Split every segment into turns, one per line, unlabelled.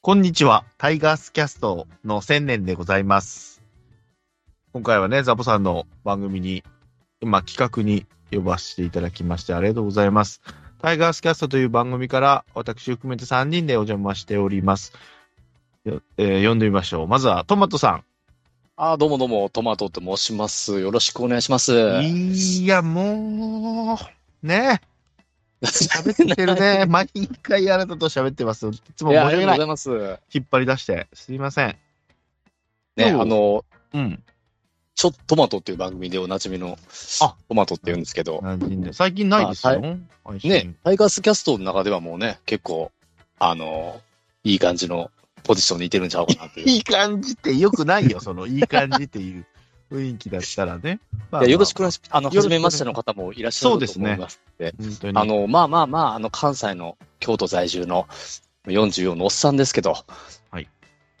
こんにちは。タイガースキャストの千年でございます。今回はね、ザボさんの番組に、まあ、企画に呼ばせていただきましてありがとうございます。タイガースキャストという番組から私含めて3人でお邪魔しております。よえー呼んでみましょう。まずはトマトさん。
あーどうもどうも、トマトと申します。よろしくお願いします。
いや、もう、ね喋ってる ね。毎回あなたと喋ってます。いつも
い
申し
や、あり
訳な
がとうござ
い。
います。ね、
引っ張り出して。すいません。
あ
どう
の、
うん。
ちょっとトマトっていう番組でおなじみの、
あ
トマトって言うんですけど、
馴染んで最近ないですよ。配信
ね、タイガースキャストの中ではもうね、結構、あの、いい感じのポジションにいてるんちゃうかなという。い
いい感じってよくない よ。その、いい感じっていう雰囲気だったらね。 まあまあ
やよろしくお願いします。あ
よ
の、
ろし
初
くお願い
めましての方もいらっしゃると思います。
本当に。
あの、まあまあまあ、あの、関西の京都在住の44のおっさんですけど、
はい。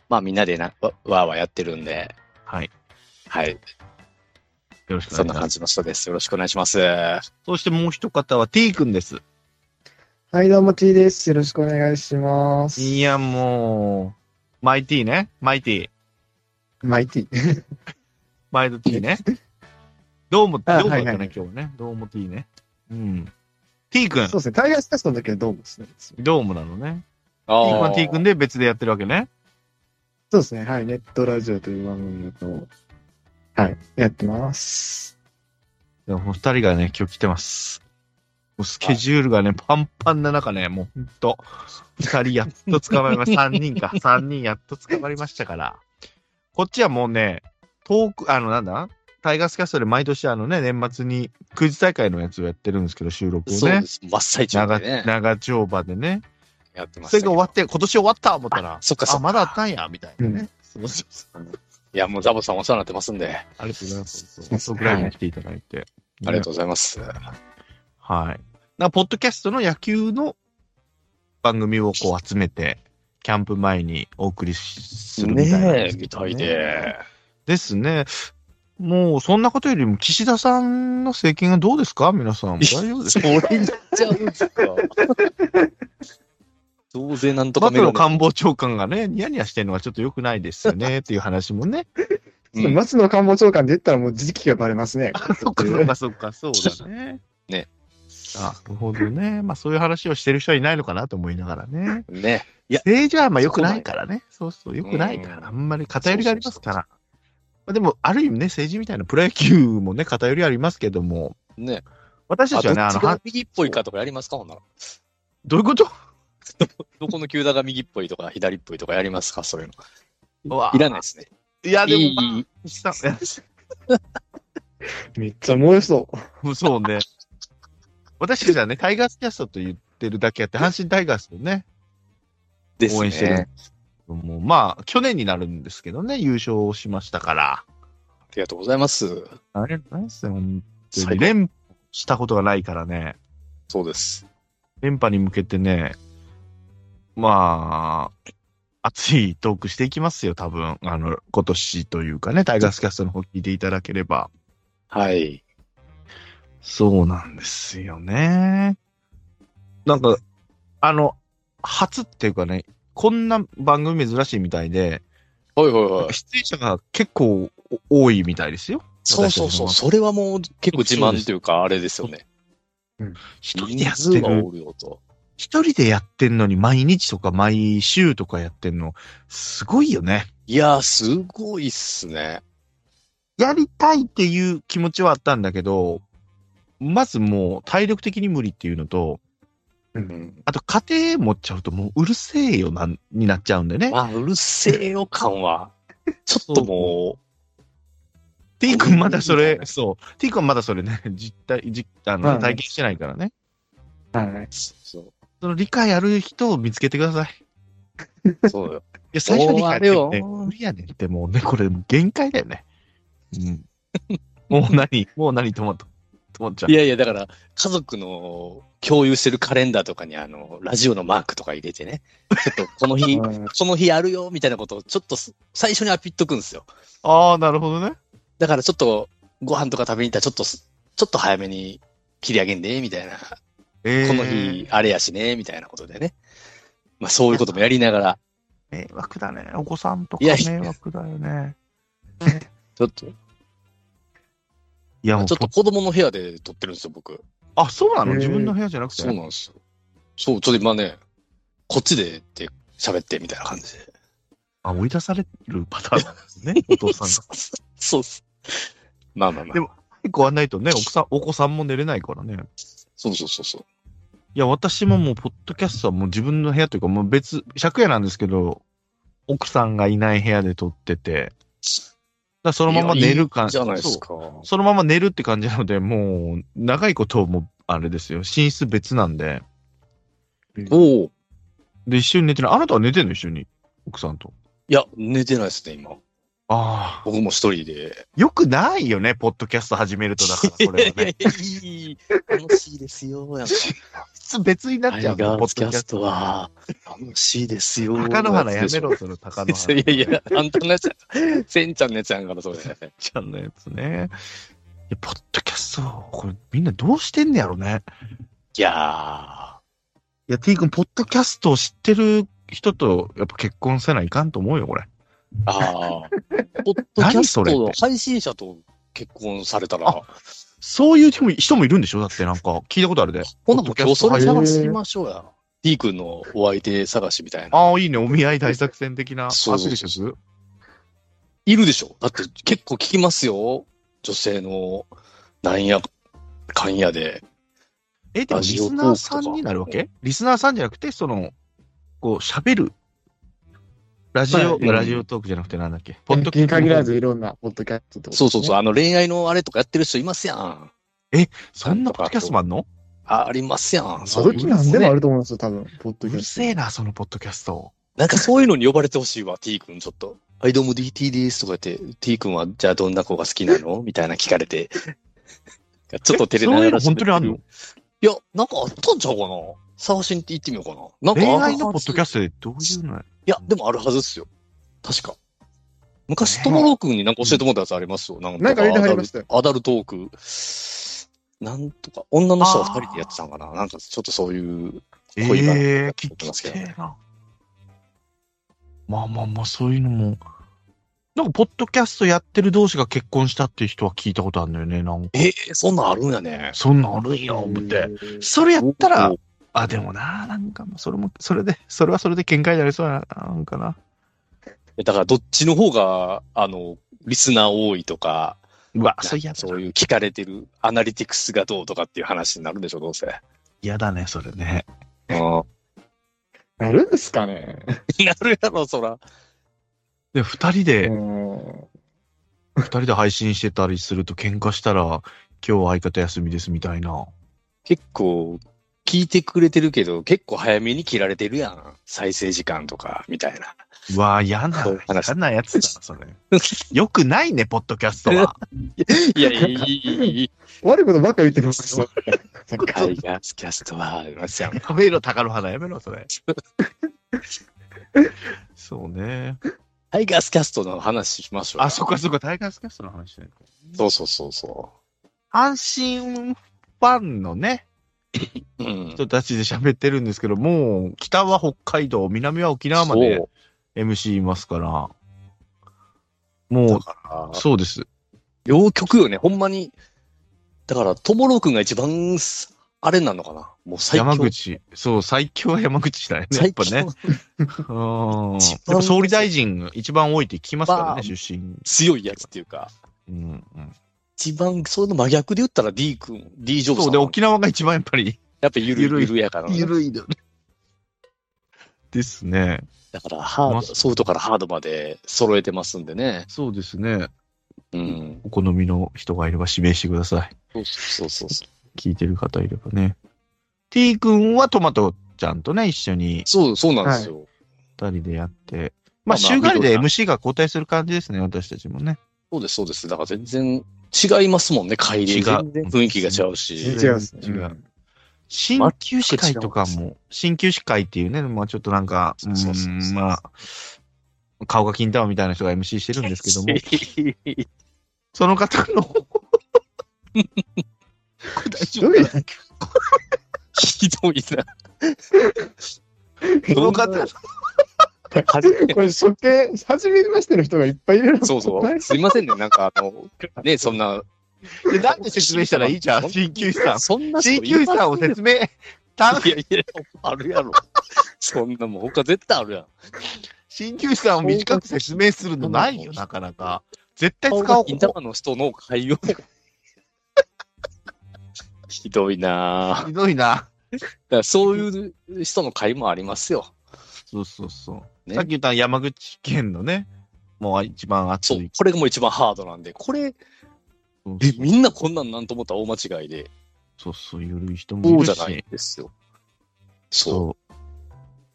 まあみんなでな、わわーわーやってるんで、
はい。よ
はい。
ろしくお
そ
願
ん
いしま
な感
す。
じの人です。よろしくお願いします。
そしてもう一方は T 君です。
はい、どうも T です。よろしくお願いします。
いや、もう、マイティね。マイティ。
マイテ ィ。
マイル T ね。どうも、どう
あ
もだっ
はいは
た
いは
ね
い、
今日ね。どうも T ね。うん。T 君
そ。うですね。タイガースキャストの時はどうもですね。そう
どうもなのね。
あ
T 君は T 君で別でやってるわけね。
ですね。はい。ネットラジオという番組と、はい。やってます。
でも、二人がね、今日来てます。もうスケジュールがね、パンパンな中ね、もうほんと、二人やっと捕まえました。三人 か。三人やっと捕まりましたから。こっちはもうね、遠く、あの、なんだタイガースキャストで毎年あのね、年末にクイズ大会のやつをやってるんですけど、収録を
そう
ね
で。す。真っ最中
長
でね。
長丁場でね。
やってまし
そ
た
れが
けど
終わって、今年終わった思ったら、
そっかそっ
あ、
か
まだあったんや、みたいなね。そうそうそう
いや、もうザボさんお世話になってますんで、
ありがとうございます。そうぐらいに来ていただいて。
ありがとうございます。
はい。なポッドキャストの野球の番組をこう集めて、キャンプ前にお送りしするみたいなん
ね
です
え、
け
み
ど
た
ね
いで。
ですね。もう、そんなことよりも、岸田さんの政権がどうですか皆さん。大丈夫ですか
俺になっ ちゃうんですか。増税なんとか
松
メ
野
ロン。
官房長官がね、ニヤニヤしてるのはちょっと良くないですよね、っていう話もね。
うん
松野官房長官で言ったらもう時期がバレますね。
そっかそっかそっか、そうだね。
ね。
あ、なるほどね。まあ、そういう話をしてる人はいないのかなと思いながらね。
ね。いや
政治はまあ良くないからね。そうそう、良くないか
うん
ら、あんまり偏りがありますから。まあ、でも、ある意味ね、政治みたいなプロ野球もね、偏りありますけども、
ね。
私た
あ、
ち
ど
はね、あ
っ
の
ちが
は
右っぽいかとかやりますかほんなら。
どういうこと
どこの球団が右っぽいとか左っぽいとかやりますかそういうの。
うわ
いらないですね。
いや、でも、
いい
まあ岸田さんいや
めっちゃ燃えそう。
もうそうね。私たちはね、タイガースキャストと言ってるだけあって、阪神タイガースをね、
ですね。
応援してるんですけども、まあ、去年になるんですけどね、優勝しましたから。
ありがとうございます。
ありがとうございますよ、本当
最
に。
高
連覇したことがないからね。
そうです。
連覇に向けてね、まあ、熱いトークしていきますよ、多分。あの、今年というかね、タイガースキャストの方聞いていただければ。
はい。
そうなんですよね。なんか、あの、初っていうかね、こんな番組珍しいみたいで、
はいはいはい。
出演者が結構お多いみたいですよ。
そうそうそう。それはもう結構自慢というか、あれですよね。
一人でや
人
って
数が
る
おるよと。
一人でやってんのに毎日とか毎週とかやってんの、すごいよね。
いやー、すごいっすね。
やりたいっていう気持ちはあったんだけど、まずもう体力的に無理っていうのと、
うん。
あと家庭持っちゃうともううるせえよなん、になっちゃうんでね。
あ、うるせえよ感は。ちょっとも
T 君まだそ
そう
れ
で、
そう。T 君まだそれね、 実体、実、あ
まあ
の、
ね
体験してないからね。
はい。
う、そ、
その理解ある人を見つけてください。いう
そうよ。
や、最初に理解できて、
おーあれよ
無理やねんってもうね、これ限界だよ ね。うん。もう何もう何トマト。トマトちゃん
い。やいや、だから、家族の共有してるカレンダーとかに、あの、ラジオのマークとか入れてね。ちょっと、こ の日、
うん
この日やるよ、みたいなことを、ちょっとす、最初にアピっとくんですよ。
ああ、なるほどね。
だから、ちょっと、ご飯とか食べに行ったら、ちょっとす、ちょっと早めに切り上げんで、みたいな。
えー
この日、あれやしね、みたいなことでね。まあそういうこともやりな がら、
迷惑だね。お子さんとか
いや
迷惑だよね。
ちょっと、
いや、もう
ちょっと
と
子供の部屋で撮ってるんですよ、僕。
あ、そうなの
へー
自分の部屋じゃなくて。
そうなんですよ。そう、ちょっと今ね、こっちでって喋ってみたいな感じで。
あ、追い出されるパターンなんです ね。お父さんが。
そう そうそう。まあまあまあ
で。も結構あんないとね、奥さん、お子さんも寝れないからね。
そうそうそうそう。
いや、私ももう、ポッドキャストはもう自分の部屋というか、もう別、借家なんですけど、奥さんがいない部屋で撮ってて、だからそのまま寝る感
いやいいじゃないですか。
そうそのまま寝るって感じなので、もう、長いこともう、あれですよ、寝室別なんで、
おお。い
で、一緒に寝てない。あなたは寝てんの一緒に、奥さんと。
や、寝てないですね、今。
ああ。
僕も一人で。
よくないよね、ポッドキャスト始めると、だから、これはね。
いい。楽しいですよ。やっ
別になっ
タイ
ちゃ
ガ
うの
ースキャスト。は楽しいですよ。
高野花やめろ、その高野花。
いやいや、あんたのやつや、せんちゃんのやつやんから、それ。
ちゃんのやつね。いや、ポッドキャスト、これみんなどうしてんねやろね。
いや
いや、T 君、ポッドキャストを知ってる人と、やっぱ結婚せないかんと思うよ、これ。
ー、あー、ポッドキャ
何
スト
それ
の配信者と結婚されたら
あ、そういう人も人もいるんでしょだってなんか、聞いたことあるで。
ほなもう
ポッド
今日
キャス
そ
ト
れ
配信
探しましょうや。D 君のお相手探しみたいな。
ああ、いいね。お見合い大作戦的なア
そう
ピ
そう
リ
そ
シ
う
ャ
そ
ス
いるでしょだって結構聞きますよ。女性の、なんや、かんやで。
え、でも
ラ
リ
ジオ
ス
トークとか
ナーさんになるわけリスナーさんじゃなくて、その、こう、喋る。ラジオ、
まあ
ラジオトークじゃなくてなんだっけポッド
僕
キャ
に
スト。
限らずいろんなポッドキャスト
そうそうそう、
う。
あの恋愛のあれとかやってる人いますやん。
そんなポッドキャストもあんの
あありますやん。
そ
そう
れ
いう
なんでもあると思いますよ、多分。ポッ
う
ドキャ
る
ス
せえな、そのポッドキャスト。
なんかそういうのに呼ばれてほしいわ、T 君ちょっと。はい、どうも DT ですとか言って、T 君はじゃあどんな子が好きなのみたいな聞かれ て。ちょっと照れなが
そうい
ら
うの本当にあんの
いや、なんかあったんちゃうかな探しに行ってみようかな。なんか
恋
あるは
愛
ず
のポッドキャストでどういうのや
いや、でもあるはずっすよ。確か。昔、トモロー君になんか教えてもらったやつありますよ。なん
なんか言ってはりましたよ
アダルトーク。なんとか、女の人は二人でやってたんかななんかちょっとそういう恋バナ
ええ
やっ
ー、
て
聞
ます
き
け
て
どね
えな。まあまあまあ、そういうのも。なんか、ポッドキャストやってる同士が結婚したっていう人は聞いたことあるんだよね。なんか、
えー、そんなんあるんやね。
そんなんあるんや、
ト。
思っ
へ
て。
ー
それやった
お
ら
ー、、
あ、でもな、なんかもう、それも、それで、それはそれで見解になりそうやな、なんかな。
だからどっちの方が、あの、リスナー多いとか、
うわ、
なん
そ
か
れ嫌だ
そういう聞かれてるアナリティクスがどうとかっていう話になるんでしょ、どうせ。
嫌だね、それね。
なるんですかね。
なるやろ、そら。
で、二人で、
うん
二人で配信してたりすると喧嘩したら、今日は相方休みですみたいな。
結構、聞いてくれてるけど、結構早めに切られてるやん。再生時間とか、みたいな。
うわ、嫌な
そういう、話
嫌なやつだな、それ。 よくないね、ポッドキャストは。
いや、いい、い い、
悪いことばっか言ってますよ。
タイガースキャストは、ありますやん。
やめろ、高野花、やめろ、 それ。そうね。
タイガースキャストの話しましょうよ。
あ、そっかそっか、タイガースキャストの話ね。
そうそうそうそ
阪神ファンのね、
う。うん。
人たちで喋ってるんですけど、もう、北は北海道、南は沖縄まで
そう
MC いますから、も
だから
う、、そうです。
両極よね、ほんまに。だから、ともろうくんが一番、あれなのかなもう最強。
山口、そう、最強は山口だよね、やっ
最
ぱ
強
ね。うん。
一番
やっぱ総理大臣、一番多いって聞きますから
まあ
ね、出身。
強いやつっていうか、
うんうん、
一番、その真逆で言ったら D 君、D ジョブさん。
そうで、沖縄が一番やっぱり、
やっぱゆる
ゆるい
ゆるやからな。
いのね。ですね。
だから、ハー
ま
ド、ソフトからハードまで揃えてますんでね。
そうですね。
うん。
お好みの人がいれば指名してください。
そうそうそうそう。
聞いてる方いればね。T 君はトマトちゃんとね、一緒に
そう、そうなんですよ。
二人でやって。ま
まあまあ
あ、週替わり
緑
で
さん
MC が交代する感じですね、私たちもね。
そうです、そうです。だから全然違いますもんね、会
違
で。
う
全然雰囲気が違う
違
し。
いますね。
違う鍼灸師会とか
全く違
も、鍼灸師会っていうね、まあちょっとなんか、う
そうそうそう
ーん、まあ、顔が金玉みたいな人が MC してるんです けども、その方の、これ大
ひ
丈夫
どいな。
ひどいな。
この方、
はじ
これ、初見、初めましての人がいっぱいいるの
そうそう。すいませんね。なんか、あ の、ね、そんな。
でなんて説明したらいいじゃん、鍼灸師さん。
そんな人
鍼灸師さんを説明、た
いやいや、あるやろ。そんなもん、他絶対あるやん。
鍼灸師さんを短く説明するのないよ、なかなか。絶対使おう、こ
銀
こ
玉の人の会話。ひどいなぁ。だか
ひどいな。
らそういう人の会もありますよ。
そうそうそう。
ね
さっき言った山口県のね、もう一番暑
そう
い。。
これがもう一番ハードなんで、これ、
そう
え、みんなこんなんなんと思ったら大間違いで、
そうそう、ゆるい人
そ
も
う
い
じ
る
ゃないん
し。
ですよ。そう。
そう。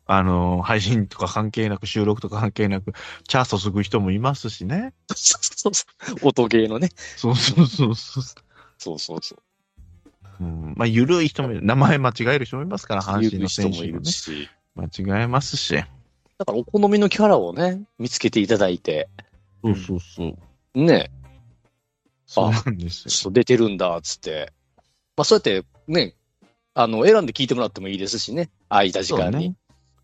あのー、配信とか関係なく、収録とか関係なく、チャー注ぐ人もいますしね。
そうそうそう。 音ゲーのね。
そうそうそうそう。
そうそうそう。
うん、まあ、ゆるい人もいる。名前間違える人もいますから、阪神
言う
の
人
選
も
手
い
も
る
ね。
し。
間違えますし。
だからお好みのキャラをね、見つけていただいて、
そうそうそう。
ね、
そうなんですよ。
ちょっと出てるんだ、つって。まあ、そうやってね、あの、選んで聞いてもらってもいいですしね。空いた時
そう
間
ね
に。。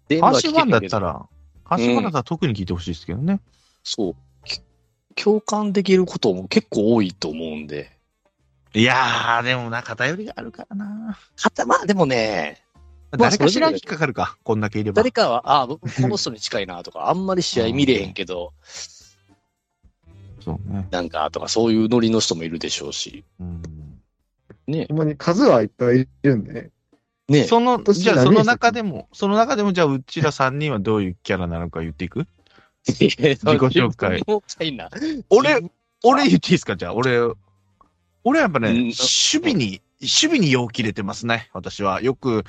電
阪
話
神ファンだった
ら。
ら、阪神ファンだったら特に聞いてほしいですけどね。
そう。き共感できることも結構多いと思うんで。
いやー、でもな、偏りがあるからな。
はた、まあでもね、まあ
誰かしら引っかかるか、こんだけいれば
誰。かは、ああ、僕この人に近いなとか、あんまり試合見れへんけど、
そうね。
なんかとか、そういうノリの人もいるでしょうし。
うん
ね
ほ。んまに数はいっぱいいるんでね。
ね。
その、
年
じゃあ
何
そ
でしたっけ
の中でも、その中でも、じゃあうちら3人はどういうキャラなのか言っていく
自己
紹介
もったいな。
俺、俺言っていいですかじゃあ俺、俺はやっぱね、
うん
守備に、守備に陽気入れてますね。私は。よく、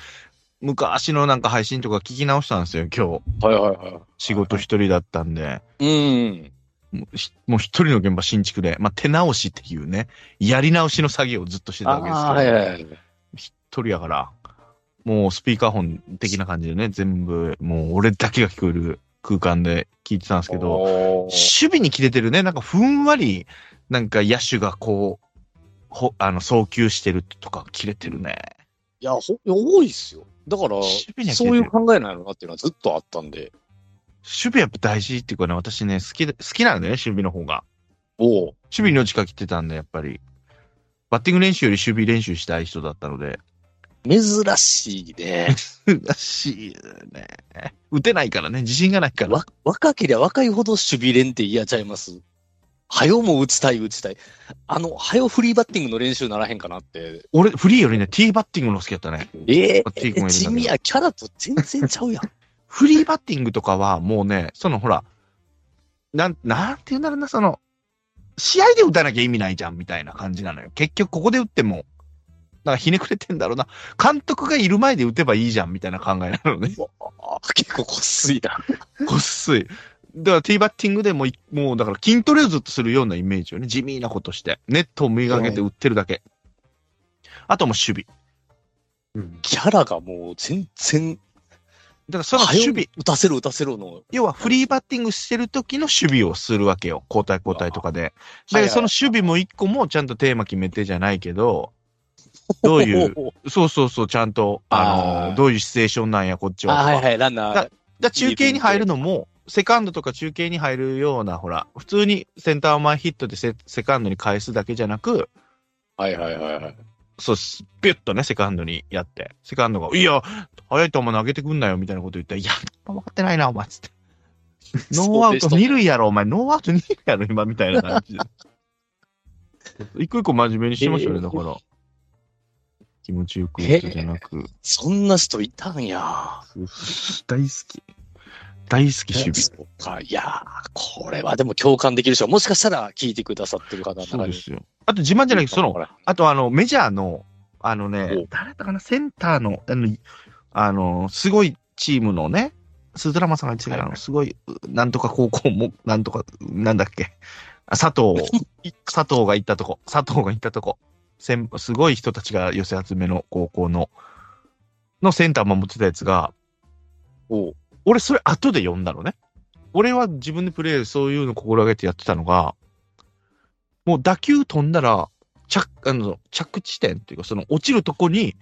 昔のなんか配信とか聞き直したんですよ、今日。
はいはいは
仕事一人だったんで。
い。うん。
もうひもう一人の現場新築で、まあ、手直しっていうね、やり直しの作業をずっとしてた
あ
わけです
あー、
け
は
ど、
いはいはい。
一人やから、もうスピーカー本的な感じでね、全部、もう俺だけが聞こえる空間で聞いてたんですけど、
ど
守備に切れてるね、なんかふんわり、なんか野手がこう、ほあの送球してるとか切れてるね。
いや、ほ多いっすよ。だから、
守備には切れてる
そういう考えなのなっていうのはずっとあったんで、
守備やっぱ大事っていうかね、私ね、好きで、好きなんだよね、守備の方が。
おう
守備の時間切ってたんで、やっぱり。バッティング練習より守備練習したい人だったので、
珍しいね。
らしいよね。打てないからね、自信がないから。
わ若けりゃ若いほど守備練って嫌ちゃいます。はよも打ちたい、打ちたい。あの、はよフリーバッティングの練習ならへんかなって。
俺、フリーよりね、ティーバッティングの好きだったね。
ええ
バッティングもいるんだけ
地
ど
味や、キャラと全然ちゃうやん。
フリーバッティングとかは、もうね、そのほら、なん、なんて言うんだろうな、その、試合で打たなきゃ意味ないじゃん、みたいな感じなのよ。結局、ここで打っても、なんかひねくれてんだろうな。監督がいる前で打てばいいじゃん、みたいな考えなのね。
あー結構こっすいな。
こっすい。だから、ティーバッティングでもい、もう、だから筋トレをずっとするようなイメージよね。地味なことして。ネットを見上げて打ってるだけ。あともう守備。
うん。
キャラがもう全然、
だからその守
は
備
よ、打たせろ、打たせろの。
要はフリーバッティングしてる時の守備をするわけよ。交代交代とかで。
あーはい
で、
はい
その守備も一個もちゃんとテーマ決めてじゃないけど、どう いう、そうそうそう、ちゃんと、あ
あ
の、
ー
どういうシチュエーションなんや、こっちは。
あ、はい
だか
はい、ランナー。
ら中継に入るのも、セカンドとか中継に入るような、ほら、普通にセンター前ヒットでセセカンドに返すだけじゃなく、
はいはいはいはい。
そう、スピュッとね、セカンドにやって、セカンドが、いや、速い球投げてくんなよ、みたいなこと言ったら、いや、分かってないな、お前、つって。ノーアウト二塁やろ、お前、ノーアウト二塁やろ、今、みたいな感 じで。一個一個真面目にしてましたよね、だから。気持ちよく打つじゃなく、
そんな人いたんや。
大好き。大好き、守備。
そうか。いやー、これはでも共感できる人は、もしかしたら聞いてくださってる方の
そ
中
うで
に。
すよ。あと、自慢じゃなくて、その、あとあの、メジャーの、あのね誰
お、
だったかな、センターの、あの、あのすごいチームのね、スズラマさんが言ってたけど、
は
あ
い
のすごい、うなんとか高校も、なんとか、なんだっけ、あ佐 藤、い佐藤が行ったとこ、佐藤が行ったとこ、せんすごい人たちが寄せ集めの高校の、のセンター守ってたやつが、
おう
俺それ後で呼んだのね。俺は自分でプレイ、そういうの心がけてやってたのが、もう打球飛んだら、着、あの、着地点っていうか、その落ちるとこに、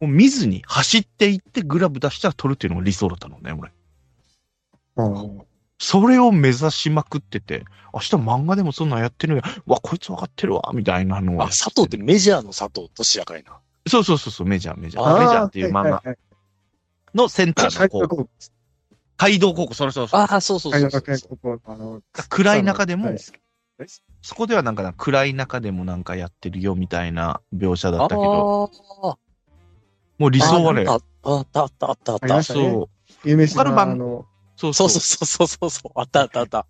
もう見ずに走っていってグラブ出したら取るっていうのが理想だったのね、俺。
あー
それを目指しまくってて、明日漫画でもそんなんやってるんや。うわ、こいつ分かってるわ、みたいなのを
あ、佐藤ってメジャーの佐藤としやかいな。
そうそうそうそう、メジャー、メジャー。
あー
メジャーっていう漫
はいは
画
いはい
のセンターの
海洋
こう、
高校、
街道高校、それそれそれ
ああ、そうそう
海
そうそう
洋学園高校のあの、
暗い中でも
大好、き
そこではなんかな暗い中でもなんかやってるよみたいな描写だ
あ
ったけど、
ー
もう理想はね
あ、なんかあったあったあったあっ
ありま
た。
し
そ
た
そう
ね、有名人
他の
の
番
あの、
そう
う
そう
そ
う
そうそうそう。あったあったあった。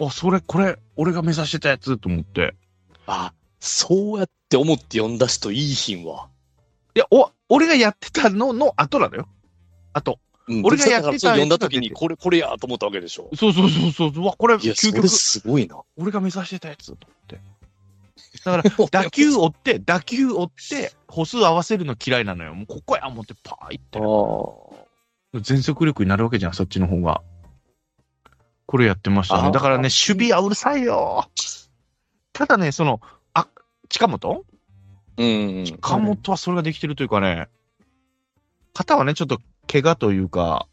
あ、それ、これ、俺が目指してたやつと思って。
あ、そうやって思って呼んだ人いい品は。
いや、お、俺がやってたのの後なのよ。あと。
うん
俺がやってた
だからそれ呼んだ時
やつが出
に、
て
これ、これやと思ったわけでしょ。
そうそうそうそう。うわ、これ、
いや、そ
究
れ
極、
すごいな。
俺が目指してたやつと思って。だから、打球追って、打球追って、歩数合わせるの嫌いなのよ。もうここや思って、パーいって。
あ
全速力になるわけじゃん、そっちの方が。これやってました
あ
ね。
ー
だからね、守備はうるさいよ。ただね、その、あ、近本
あ。うん。
近本はそれができてるというかね、肩はね、ちょっと怪我というか、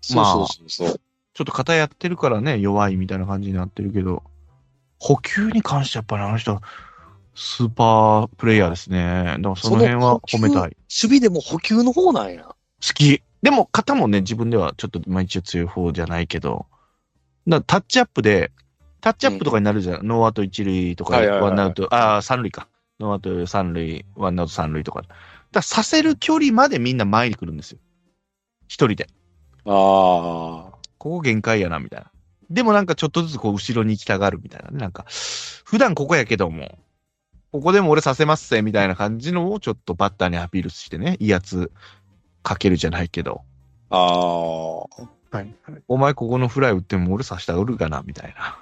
そうそうそうそう。
ちょっと肩やってるからね、弱いみたいな感じになってるけど、補給に関してやっぱりあの人は、スーパープレイヤーですね。だからその辺は褒めたい。
守備でも補給の方なんや。
好き。でも、肩もね、自分ではちょっと毎日強い方じゃないけど、なタッチアップで、タッチアップとかになるじゃん。ノーアウト一塁とか、
はいはいはい
ワンアウト、ああ、三塁か。ノーアウト三塁、ワンアウト三塁とか。だからさせる距離までみんな前に来るんですよ。一人で。
ああ。
ここ限界やな、みたいな。でもなんかちょっとずつこう後ろに行きたがるみたいなね。なんか、普段ここやけども、ここでも俺させますぜ、みたいな感じのをちょっとバッターにアピールしてね、威圧かけるじゃないけど、
ああ。
はいはい。
お前ここのフライ打っても俺さしたら売るかな、みたいな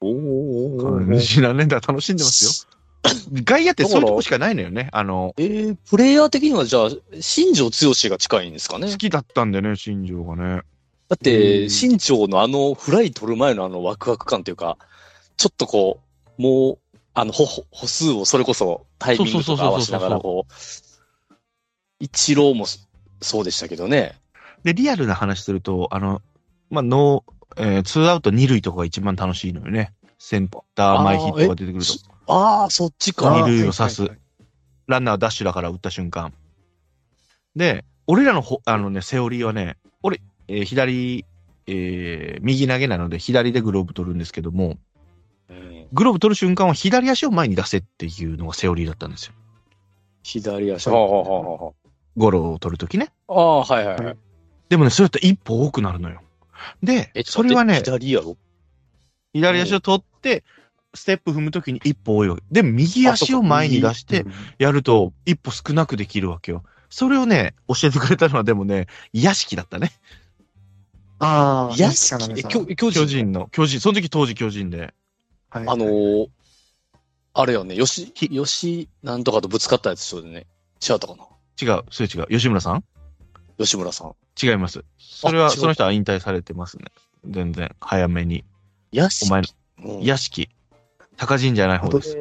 おーおー
感じなね。だから楽しんでます よ。外野ってそういうとこしかないのよね。あの、
えー、プレイヤー的にはじゃあ、新庄剛志が近いんですかね
好きだったんだよね、新庄がね。
だっ
うん
て、新庄のあのフライ取る前のあのワクワク感というか、ちょっとこう、もう、あの、歩、歩歩数をそれこそタイミングとか合わせながらこう、一郎もそそうでしたけどね。
で、リアルな話すると、あの、まあ、ノー、えー、ツーアウト二塁とかが一番楽しいのよね。センター前ヒットが出てくると
あー。ああ、そっち
二
か。
塁を刺す
はいはい
ランナーダッシュだから打った瞬間。で、俺らのほあの、ね、セオリーはね、俺、えー左、えー右投げなので左でグローブ取るんですけども、
うん
グローブ取る瞬間は左足を前に出せっていうのがセオリーだったんですよ。
左足。
はあは
ゴロを取るときね。
あああ、はいはいはい。
でもね、それだと一歩多くなるのよ。で
え、
それはね、
左やろ
左足を取って、ステップ踏むときに一歩多いわけ。で、右足を前に出して
う、ん
やると一歩少なくできるわけよ。それをね、教えてくれたのはでもね、屋敷だったね。
ああ、
屋
西
敷
田奈
え、
々
巨
さん
巨
巨
人。
人の、巨人、その時当時巨人で。
はい
あのー、あれよね、吉、
ひ
吉、なんとかとぶつかったやつそうでね。違ったかな
違う、それ違う。吉村さん
吉村さん。
違います。それは、
あ違う
その人は引退されてますね。全然、早めに。
屋
お
敷。
前、
うん
屋敷。高人じゃない方です。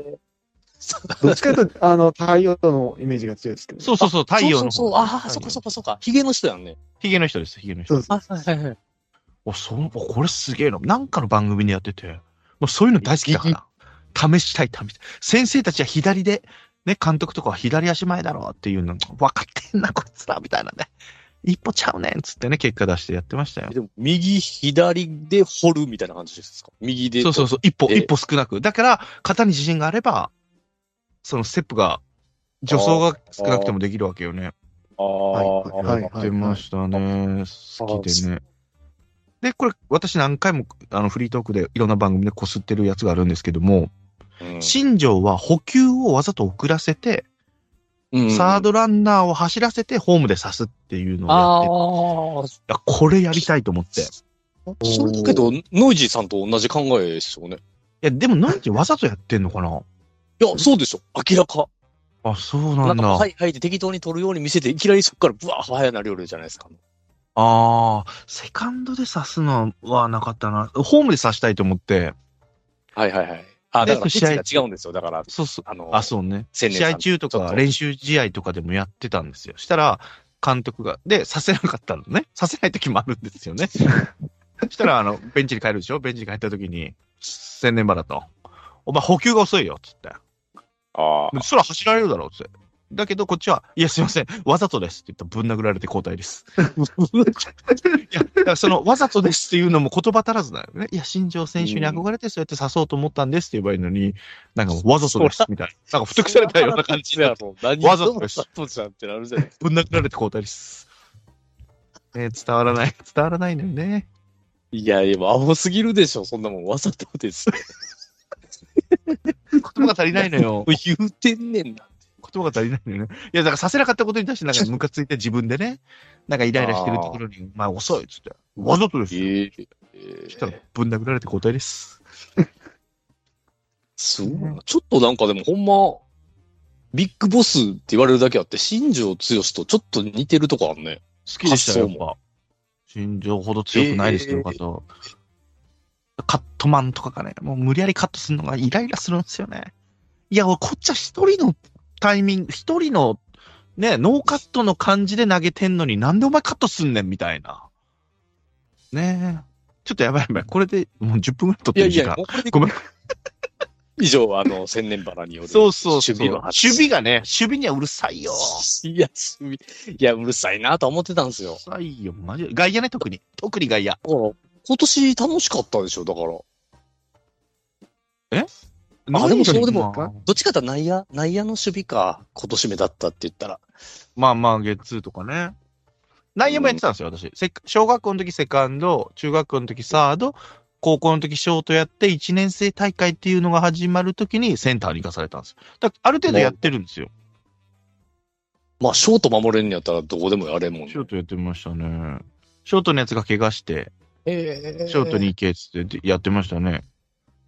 どっちかというと、あの、太陽とのイメージが強いですけど。
そうそうそう、太陽の
そうそう
方。
そう。ああ、そっかそっかそっか。ヒゲの人やんね。
ヒゲの人です、ヒゲの人。
そうそう。
あはいはいはい。
お、その、おこれすげえな。なんかの番組でやってて、もうそういうの大好きだから。試したい、試したい。先生たちは左で、ね、監督とかは左足前だろうっていうの、分かってんな、こいつら、みたいなね。一歩ちゃうねん、つってね、結果出してやってましたよ。
でも、右、左で掘るみたいな感じですか右で。
そうそうそう、一歩、
ええ
一歩少なく。だから、型に自信があれば、そのステップが、助走が少なくてもできるわけよね。
ああ、
はいはいはい
出ましたね。好きでね。で、これ、私何回も、あの、フリートークでいろんな番組でこすってるやつがあるんですけども、
うん
新庄は補給をわざと遅らせて、
うん
サードランナーを走らせてホームで刺すっていうの
あ
をやって
あ、
いや、これやりたいと思って。い
それだけど、ノイジーさんと同じ考えですよね。
や、でも、なんてわざとやってんのかない
や、そうでしょ。明らか。
あ、そうな
なん
ん
か、
だ。
はいはいで適当に取るように見せて、いきなりそこからブワー早なるよりじゃないですか。
ああ、セカンドで刺すのはなかったな。ホームで刺したいと思って、
はいはいはい。あ、だから、
試合
位置が違うんですよ。だから、
そうそう。
あの、
あ、そうね。
千年
試
さん
合中と
ちょっ
か
と
練習試合とかでもやってたんですよ。したら、監督が、で、させなかったのね。させない時もあるんです よね。したら、あの、ベンチに帰るでしょベンチに帰った時に、千年馬だと。お前補給が遅いよ、つって。
あー
そら走られるだろう、つって。だけど、こっちは、いや、すいません、わざとですって言ったらぶん殴られて交代です。いや、だからその、わざとですっていうのも言葉足らずだよね。いや、新庄選手に憧れて、そうやって刺そうと思ったんですって言えばいいのに、なんかもう、わざとですみたいな。なんか、不適されたような感 じで
そんな、腹立つやろ何
わざとです
わざとじゃんってなるじゃないですか。
ぶん殴られて交代です。ね、伝わらない、伝わらないのよね。
いや、でも、青すぎるでしょ。そん なもん、わざとです。
言葉が足りないのよ。
言うてんねんな。
言葉が足りないのよね。いや、だからさせなかったことに対して、なんかムカついて自分でね、なんかイライラしてるところに、お前遅いっつって、わざとですよ。
ええ
そしたら、ぶん殴られて交代です。
すごいな。ちょっとなんかでも、ほんま、ビッグボスって言われるだけあって、新庄剛志とちょっと似てるとこあんね。
好きでしたよ、
発
やっ
想
ぱ。心情ほど強くないですけど、
えー
かと。カットマンとかがね、もう無理やりカットするのがイライラするんですよね。いや、俺、こっちは一人のタイミング、一人の、ね、ノーカットの感じで投げてんのに、なんでお前カットすんねん、みたいな。ねえ。ちょっとやばいやばい。これでもう10分ぐらい取っ
い
て
や
る時間。
いや、もうこれで
ごめん。
以上は、あの、千年花による。
そうそうそう。
守備の
守
話
備がね、守備にはうるさいよ。
いや、守備いや、うるさいなと思ってたんです
うる
よ。
さいよ、マジで。外野ね、特に。特に外野。
だから、今年楽しかったでしょ、だから。どあでもそうでも
まあ
っちかというと内野、内野の守備か。今年目立ったって言ったら。
まあまあ、ゲッツーとかね。内野もやってたんですよ、私。せっ小学校の時セカンド、中学校の時サード、高校の時ショートやって、1年生大会っていうのが始まる時にセンターに行かされたんですよ。だからある程度やってるんですよ。
まあ、ショート守れんのやったらどこでもやれんもん、ね
ショー。トやってましたね。ショートのやつが怪我して、
ええ
ショートに。行けっつってやってましたね。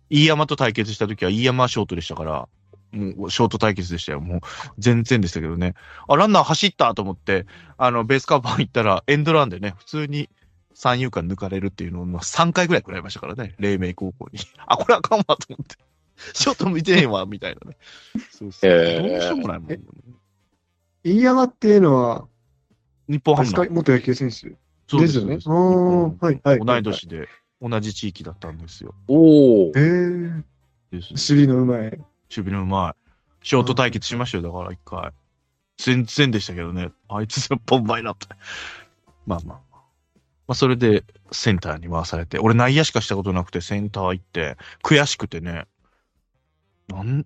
飯山と対決した時は飯山はショートでしたから、もうショート対決でしたよ。もう全然でしたけどね。あ、ランナー走ったと思って、あの、ベースカバー行ったらエンドランでね、普通に三遊間抜かれるっていうのを、まあ、3回ぐらい食らいましたからね、黎明高校に。あ、これあかんわと思って。ショート向いてねえわ、みたいなね。そうそう。
えー
どうしようもないもん。
飯山っていうのは、
日本ハム
確
の
か。元野球選手
そう
で
ですす
よね。あ
そう
ー
です
はい、はい。
同い年で、同じ地域だったんですよ。
おお
え。ー、
ですね
守備のうまい。
守備のうまい。ショート対決しましたよ、だから一回。全然でしたけどね。あいつやっぱうまいなって。まあまあまあ。まあそれでセンターに回されて、俺内野しかしたことなくてセンター行って、悔しくてね。なん守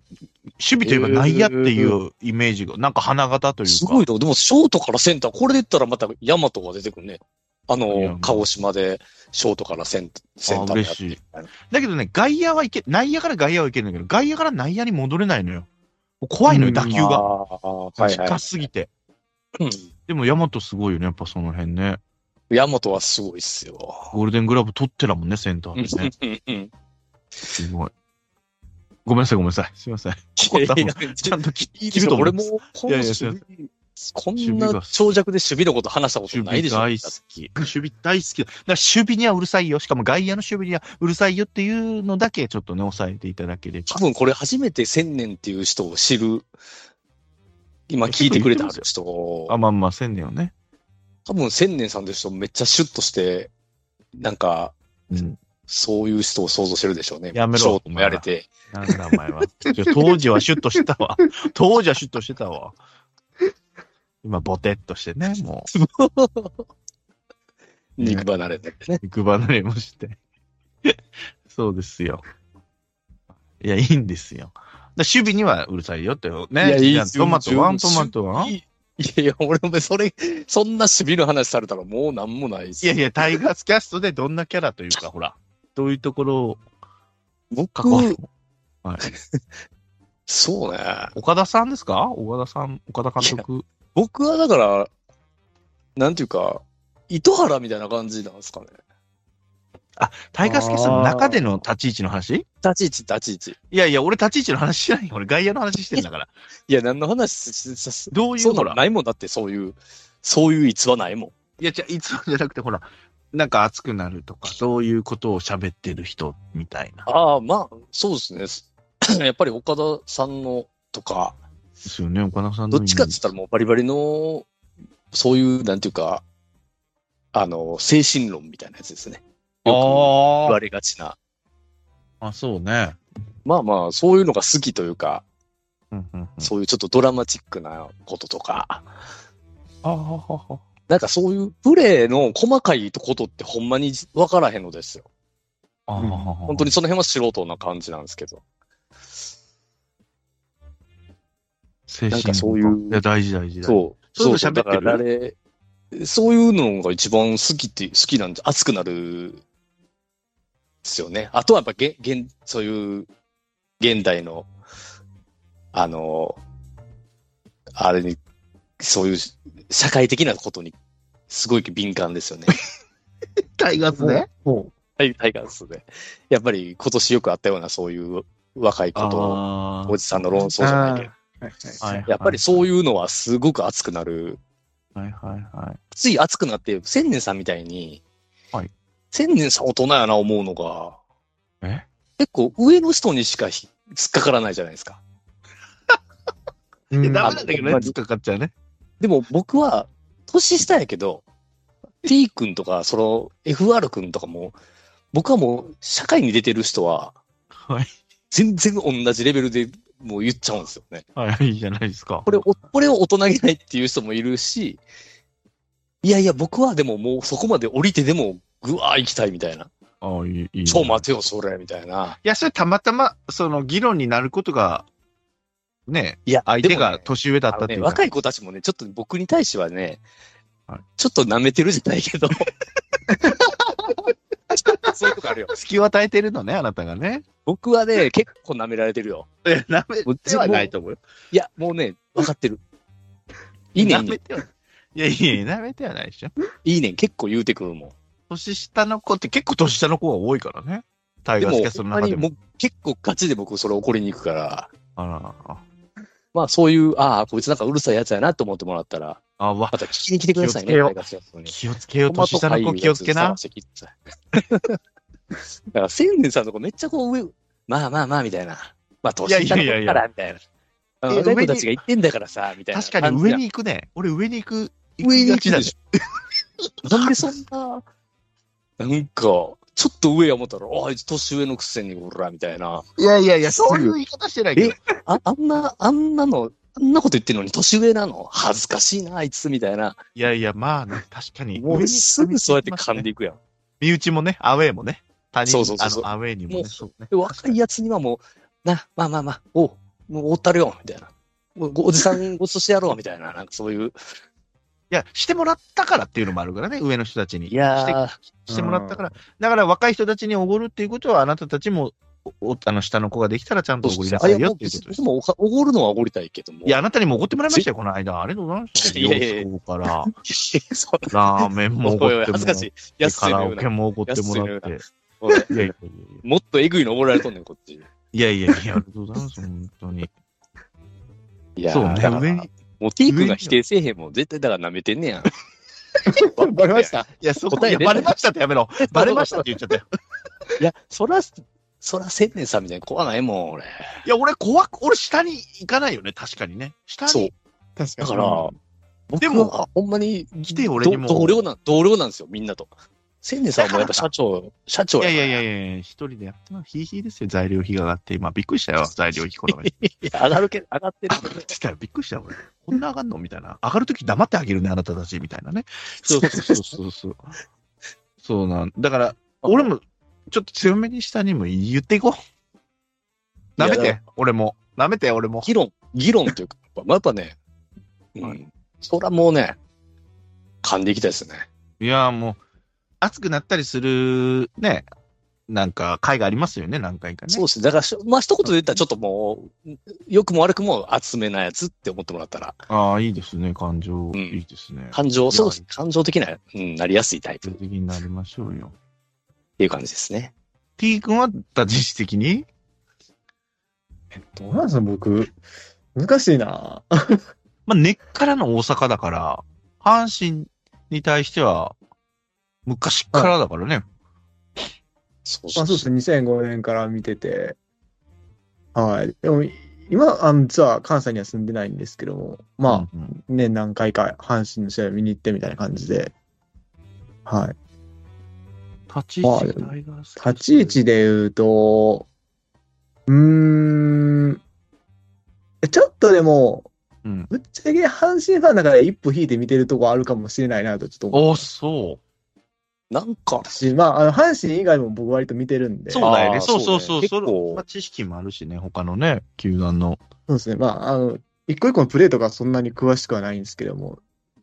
備といえば内野っていうイメージが、なんか花形というか。
すごいな。でも、ショートからセンター、これで言ったらまたヤマトが出てくるね。あ
いやま
の
あ、
鹿児島で、ショートからセンター、センターになって
あ嬉しい
みたいな
だけどね、外野はいけ、内野から外野はいけんだけど、外野から内野に戻れないのよ。もう怖いの
う
よ、
ん
打球
あ
が。
ーはいは
近
い。
すぎて。
うん
でも、ヤマトすごいよね、やっぱその辺ね。
ヤマトはすごいっすよ。
ゴールデングラブ取ってたもんね、センターでね。すごい。ごめんなさい、ごめんなさい。 すいません。ここ多分ちゃんとき
いい
切
です
ると
よ
思
俺
います。
も、こん
い
な
やいや
守
すいま
備こ
守
ん
備
な
が
長尺で守備のこと話したこと
守
ない
備
でしょ。
大好き。守備大好きだ。だから守備にはうるさいよ。しかも外野の守備にはうるさいよっていうのだけちょっとね、抑えていただければ
多。分これ初めて千年っていう人を知る、今聞いてくれた人、
あ、まあまあ、千年をね。
多分千年さんという人めっちゃシュッとして、なんか、
うん。
そういう人を想像してるでしょうね。
やめろ
ショートもやれて。
なんだお前は。ちょ当時はシュッとしてたわ。当時はシュッとしてたわ。今、ボテッとしてね、もうん
肉離れてね。
う、肉離れもして。 そうですよ。いや、いいんですよ。だから守備にはうるさいよってね。
いやいいですよ
トマトワン、ト
十
マ
分
トワン。
いいいやいや、俺もそれ、そんな守備の話されたらもうなんもないです。
いやいや、タイガースキャストでどんなキャラというか、ほら、どういうところを
僕
関わるのはい、
そうね。
岡田さんですか岡田さん、岡田監督。
僕はだから、なんていうか、糸原みたいな感じなんですかね。
タイガースキャストの中での立ち位置の話
立ち位置、立ち位置。
いやいや、俺立ち位置の話しないよ。俺外野の話してんだから。
いや、何の話ししし
どうい、
そううな
ほ
の
ら、
ないもんだって、そういう、そういう逸話ないもん。
いや、じゃいつもじゃなくて、ほら、なんか熱くなるとか、そういうことを喋ってる人みたいな。
ああ、まあ、そうですね。 やっぱり岡田さんのとか、
ですよね、岡田さんの
ど
イメー
っち
ジ。
かって言ったらもうバリバリの、そういう、なんていうか、あの、精神論みたいなやつですね。よく言
あ
われがちな。
あ。あ、そうね。
まあまあ、そういうのが好きというか、
うんうんうん、
そういうちょっとドラマチックなこととか、
ああ、ははは。
なんかそういうプレーの細かいことってほんまに分からへんのですよ。
ああ、
うん
本当にその辺は素人な感じなんですけど。
精
なん
神
かそういう
や、大事大事大事。
そう。
そういうの
そう
喋ってる
だからあれそういうのが一番好きって、好きなんで、熱くなる、ですよね。あとはやっぱ、げ、現、そういう、現代の、あの、あれに、そういう、社会的なことに、すごい敏感ですよね。
タイガースね。
ほ
はい、タイガースで。やっぱり今年よくあったような、そういう若いこと
あ
おじさんの論争じゃないけど。
う。はい
は
はいい。
やっぱりそういうのはすごく熱くなる
あ。はいはいはい。
つい熱くなって、千年さんみたいに、
はい
千年さん大人やな思うのが、
え
結構上の人にしかひ突っかからないじゃないですか。
いや
うん
ダメなんだけどね、
あの
突っかかっちゃうね。
でも僕は、年下やけど、T 君とか、その FR 君とかも、僕はもう社会に出てる人は、
はい。
全然同じレベルでもう言っちゃうんですよね。
はい、いいじゃないですか。
これお、これを大人げないっていう人もいるし、いやいや、僕はでももうそこまで降りてでも、ぐわー行きたいみたいな。
ああ、いい、いい。
超待
て。
てよ、それ、みたいな。
いや、それたまたま、その、議論になることが、ね、
いや、
相手
でも
が
ね
年上だったって
あのね
いうか。
若い子たちもね、ちょっと僕に対してはね、
はい
ちょっと舐めてるじゃな いけど。ちょっとそういうとこあるよ。
隙を与えてるのね、あなたが ね。
僕はね、結構舐められてるよ。
いや、なめ
てはない
と思うよ。
いや、もうね、分かってる。いいねん、いいねん
めてはない。いやいや、なめてはないでしょ。
いいねん、結構言うてくるもん。
年下の子って結構年下の子が多いからね。タイ
で
ガース
も
キャス、ト
ほん
の
ま
中
に
でも。
もう結構ガチで僕それ怒りに行くから、
あらあら
まあそういう、ああ、こいつなんかうるさいやつやなと思ってもらったら、
あ、わ
ま、た聞きに来てくださいね、
気をつけよう
タイガース
気をつけよう、年
キャストに
下の子気をつけな。
だから、千年さんの子めっちゃこう上、まあまあまあみたいな。まあ、年下の子からみたいな。あの
いや
若い子たちが言ってんだからさ、みたいな。
確かに上に行くね。俺上に行く。
上に行く
だ
でしょ。 なんでそんな、なんか、ちょっと上や思ったら、あいつ年上のくせにおら、みたいな。
いやいやいや、
すぐ
そういう言い方してないけど。
ああんな、あんなの、あんなこと言ってるのに年上なの恥ずかしいな、あいつ、みたいな。
いやいや、まあね、確かに。
もうすぐそうやって噛ん
で。
でいくやん。
身内もね、アウェーもね。他人
そうそうそうそう
あのアウェーにも
も
ね。
う
そうね
で若いやつにはもう、な、まあまあまあ、おうもうおったるよ、みたいな。おおじさんごちそうしてやろう、みたいな、なんかそういう。
いや、してもらったからっていうのもあるからね、上の人たちに。
いや
して、してもらったから。だから若い人たちにおごるっていうことは、あなたたちも、おおあの、下の子ができたらちゃんとおごりなさいよっていうことです
で。もおかおごるのはおごりたいけども。
いや、 あなたにもおごってもらいましたよ、この間。ありがとうございました。
いやいやいや
洋服から、
そう、
ラーメンもおご
おいお
っ
い
ても
恥ず
ら
か
っ
しい
て、。
安
カ
い
ラ
の
オケもおごってもらって。
おい
いやいやいや
もっとえぐいのおごられとんねん、こっち。
いやいやいやいや、ありがとうございます、本当に。
いや
そうね、
だから
上に。
もう T 君が否定せえへんもん。絶対だから舐めてんねやん。
バレました
いや、そこ
答え
いや
出
バ
ない
レましたってやめろ。バレましたって言っちゃったよ。
いや、そら、そら千年さんみたいに怖ないもん、俺。
いや、俺怖く、俺下に行かないよね、確かにね。下に。
そう。
確
だ
かに。
から、僕
でも
はほんまに
来て俺にも
ど同僚なん、同僚なんですよ、みんなと。千年さんはもうやっぱ 社長、社長
いやいやい
や
やいや、一人でやってます。ヒーヒーですよ、材料費が上がって。今、びっくりしたよ、材料費この前。
から。上がるけ、上がってる。
つったらびっくりしたよ、俺。こんな上がんのみたいな。上がるとき黙ってあげるね、あなたたち、みたいなね。そうそうそうそう。そうなんだから、俺も、ちょっと強めに下にも言っていこう。
いや
舐め
だか
て、俺も。舐めて、俺も。
議論、議論というか、まあやっぱね、う
は
ん。そらもうね、噛んでいきたいですね。
いやーもう、熱くなったりする、ね、なんか、回がありますよね、何回かね。
そうですね。だからし、まあ、一言で言ったらちょっともう、良くも悪くも厚めなやつって思ってもらったら、
ああ、いいですね、感情。
うん
いいですね。
感情、
や
そうです。感情的な、うん、なりやすいタイプ
感情
っ
的になりましょうよ。
ていう感じですね。
T 君は、だ実質的に
どうなんですか、僕。難しいな
まあ、根っからの大阪だから、阪神に対しては、昔からだからね。
そう
ま
そ
あ
う
そう
そう
ですね、2005年から見てて、はい。でも、今、あの、実は関西には住んでないんですけども、ま
うんうん
あ、ね、何回か阪神の試合見に行ってみたいな感じで、はい。
立ち位置、
まあ
タイガース
立ち位置で言うと、うーん、ちょっとでも、
うん。
ぶっちゃけ阪神ファンだから一歩引いて見てるとこあるかもしれないなとちょっと思
おー、そう。
なんか
う、し、まあ、あの、阪神以外も僕割と見てるんで、
そ
そうう
だよね。
あー
そうそうそう。
そ
そうれ
ね結構
まあ知識もあるしね、他のね、球団の。
ですね、まあ、あの、一個一個のプレーとかそんなに詳しくはないんですけども、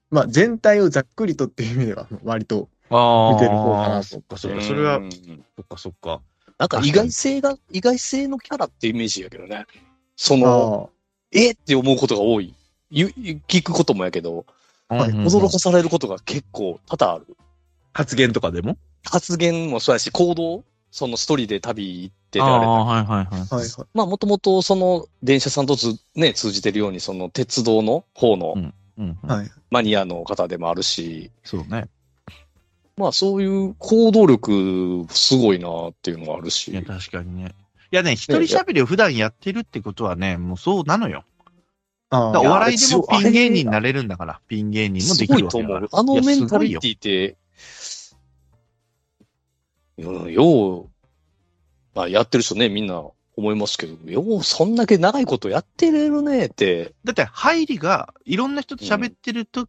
まあ、全体をざっくりとっていう意味では、割と、
あ
見てる方かなと
そっかそっか。それは、
うん
そっかそっか。
なんか意外性が、意外性のキャラってイメージやけどね。その、
あ
えって思うことが多い。ゆゆ聞くこともやけど、
は
うん
い
うんうん
驚かされることが結構多々ある。
発言とかでも
発言もそうやし、行動その一人で旅行って
あ
られた
あ、はいはいはい。
あ、はいはい。
まあ、もともと、その、電車さんとつ、ね、通じてるように、その、鉄道の方の
うんうん
はい。
マニアの方でもあるし、
そうね。
まあ、そういう行動力、すごいなっていうのはあるし
いや、。確かにね。いやね、一人喋りを普段やってるってことはね、もうそうなのよ。
あ
だからお
あ
いや
笑いでも
あれ
ピン芸人になれるんだから、ピン芸人も
す
でき
ご
る
い
わ
と
けだ
思
から
う。。あの
いや
メン
す
タ
ごい
リ
よ
ティって、よよう、まあ、やってる人ね、みんな思いますけど、よう、そんだけ長いことやってれるねって、
だって入りが、いろんな人と喋ってると、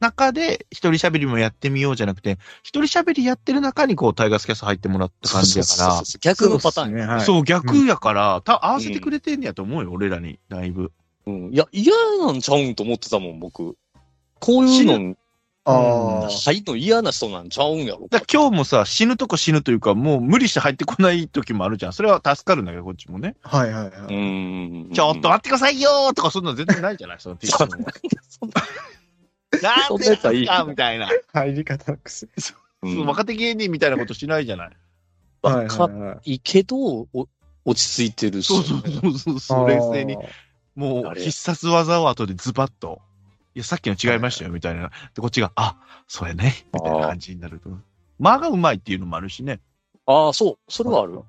中で、一人喋りもやってみようじゃなくて、一人喋りやってる中に、こう、タイガースキャス入ってもらった感じや
そうそう
か
そうそう逆のパターン
そうですね、
ら、
はい。
そう、逆やから、た合わせてくれてんねやと思うよ、俺らに、だいぶ。
うん、いや、嫌なんちゃうんと思ってたもん、僕。こういうの、
ああ、
入るの嫌な人なんちゃうんやろ。
だから今日もさ、死ぬとこ死ぬというか、もう無理して入ってこない時もあるじゃん。それは助かるんだけど、こっちもね。
はいはいは
う
い。
ん。
ちょっと待ってくださいよーとか、そんなの全然ないじゃないその T シャツも。なんで
そんな
です
やつはい
か
い
みたいな。
入り方の癖。
そう若手芸人みたいなことしないじゃない。
はい
若
はいはい。
いけど、お落ち着いてるし。
そうそうそうそうそう、冷静に
あ。
も
あ
う
れ
必殺技を後でズバッと。いや、さっきの違いましたよ、みたいな。で、こっちが、あ、そうやね、みたいな感じになると。間がうまいっていうのもあるしね。
ああ、そう。それはある。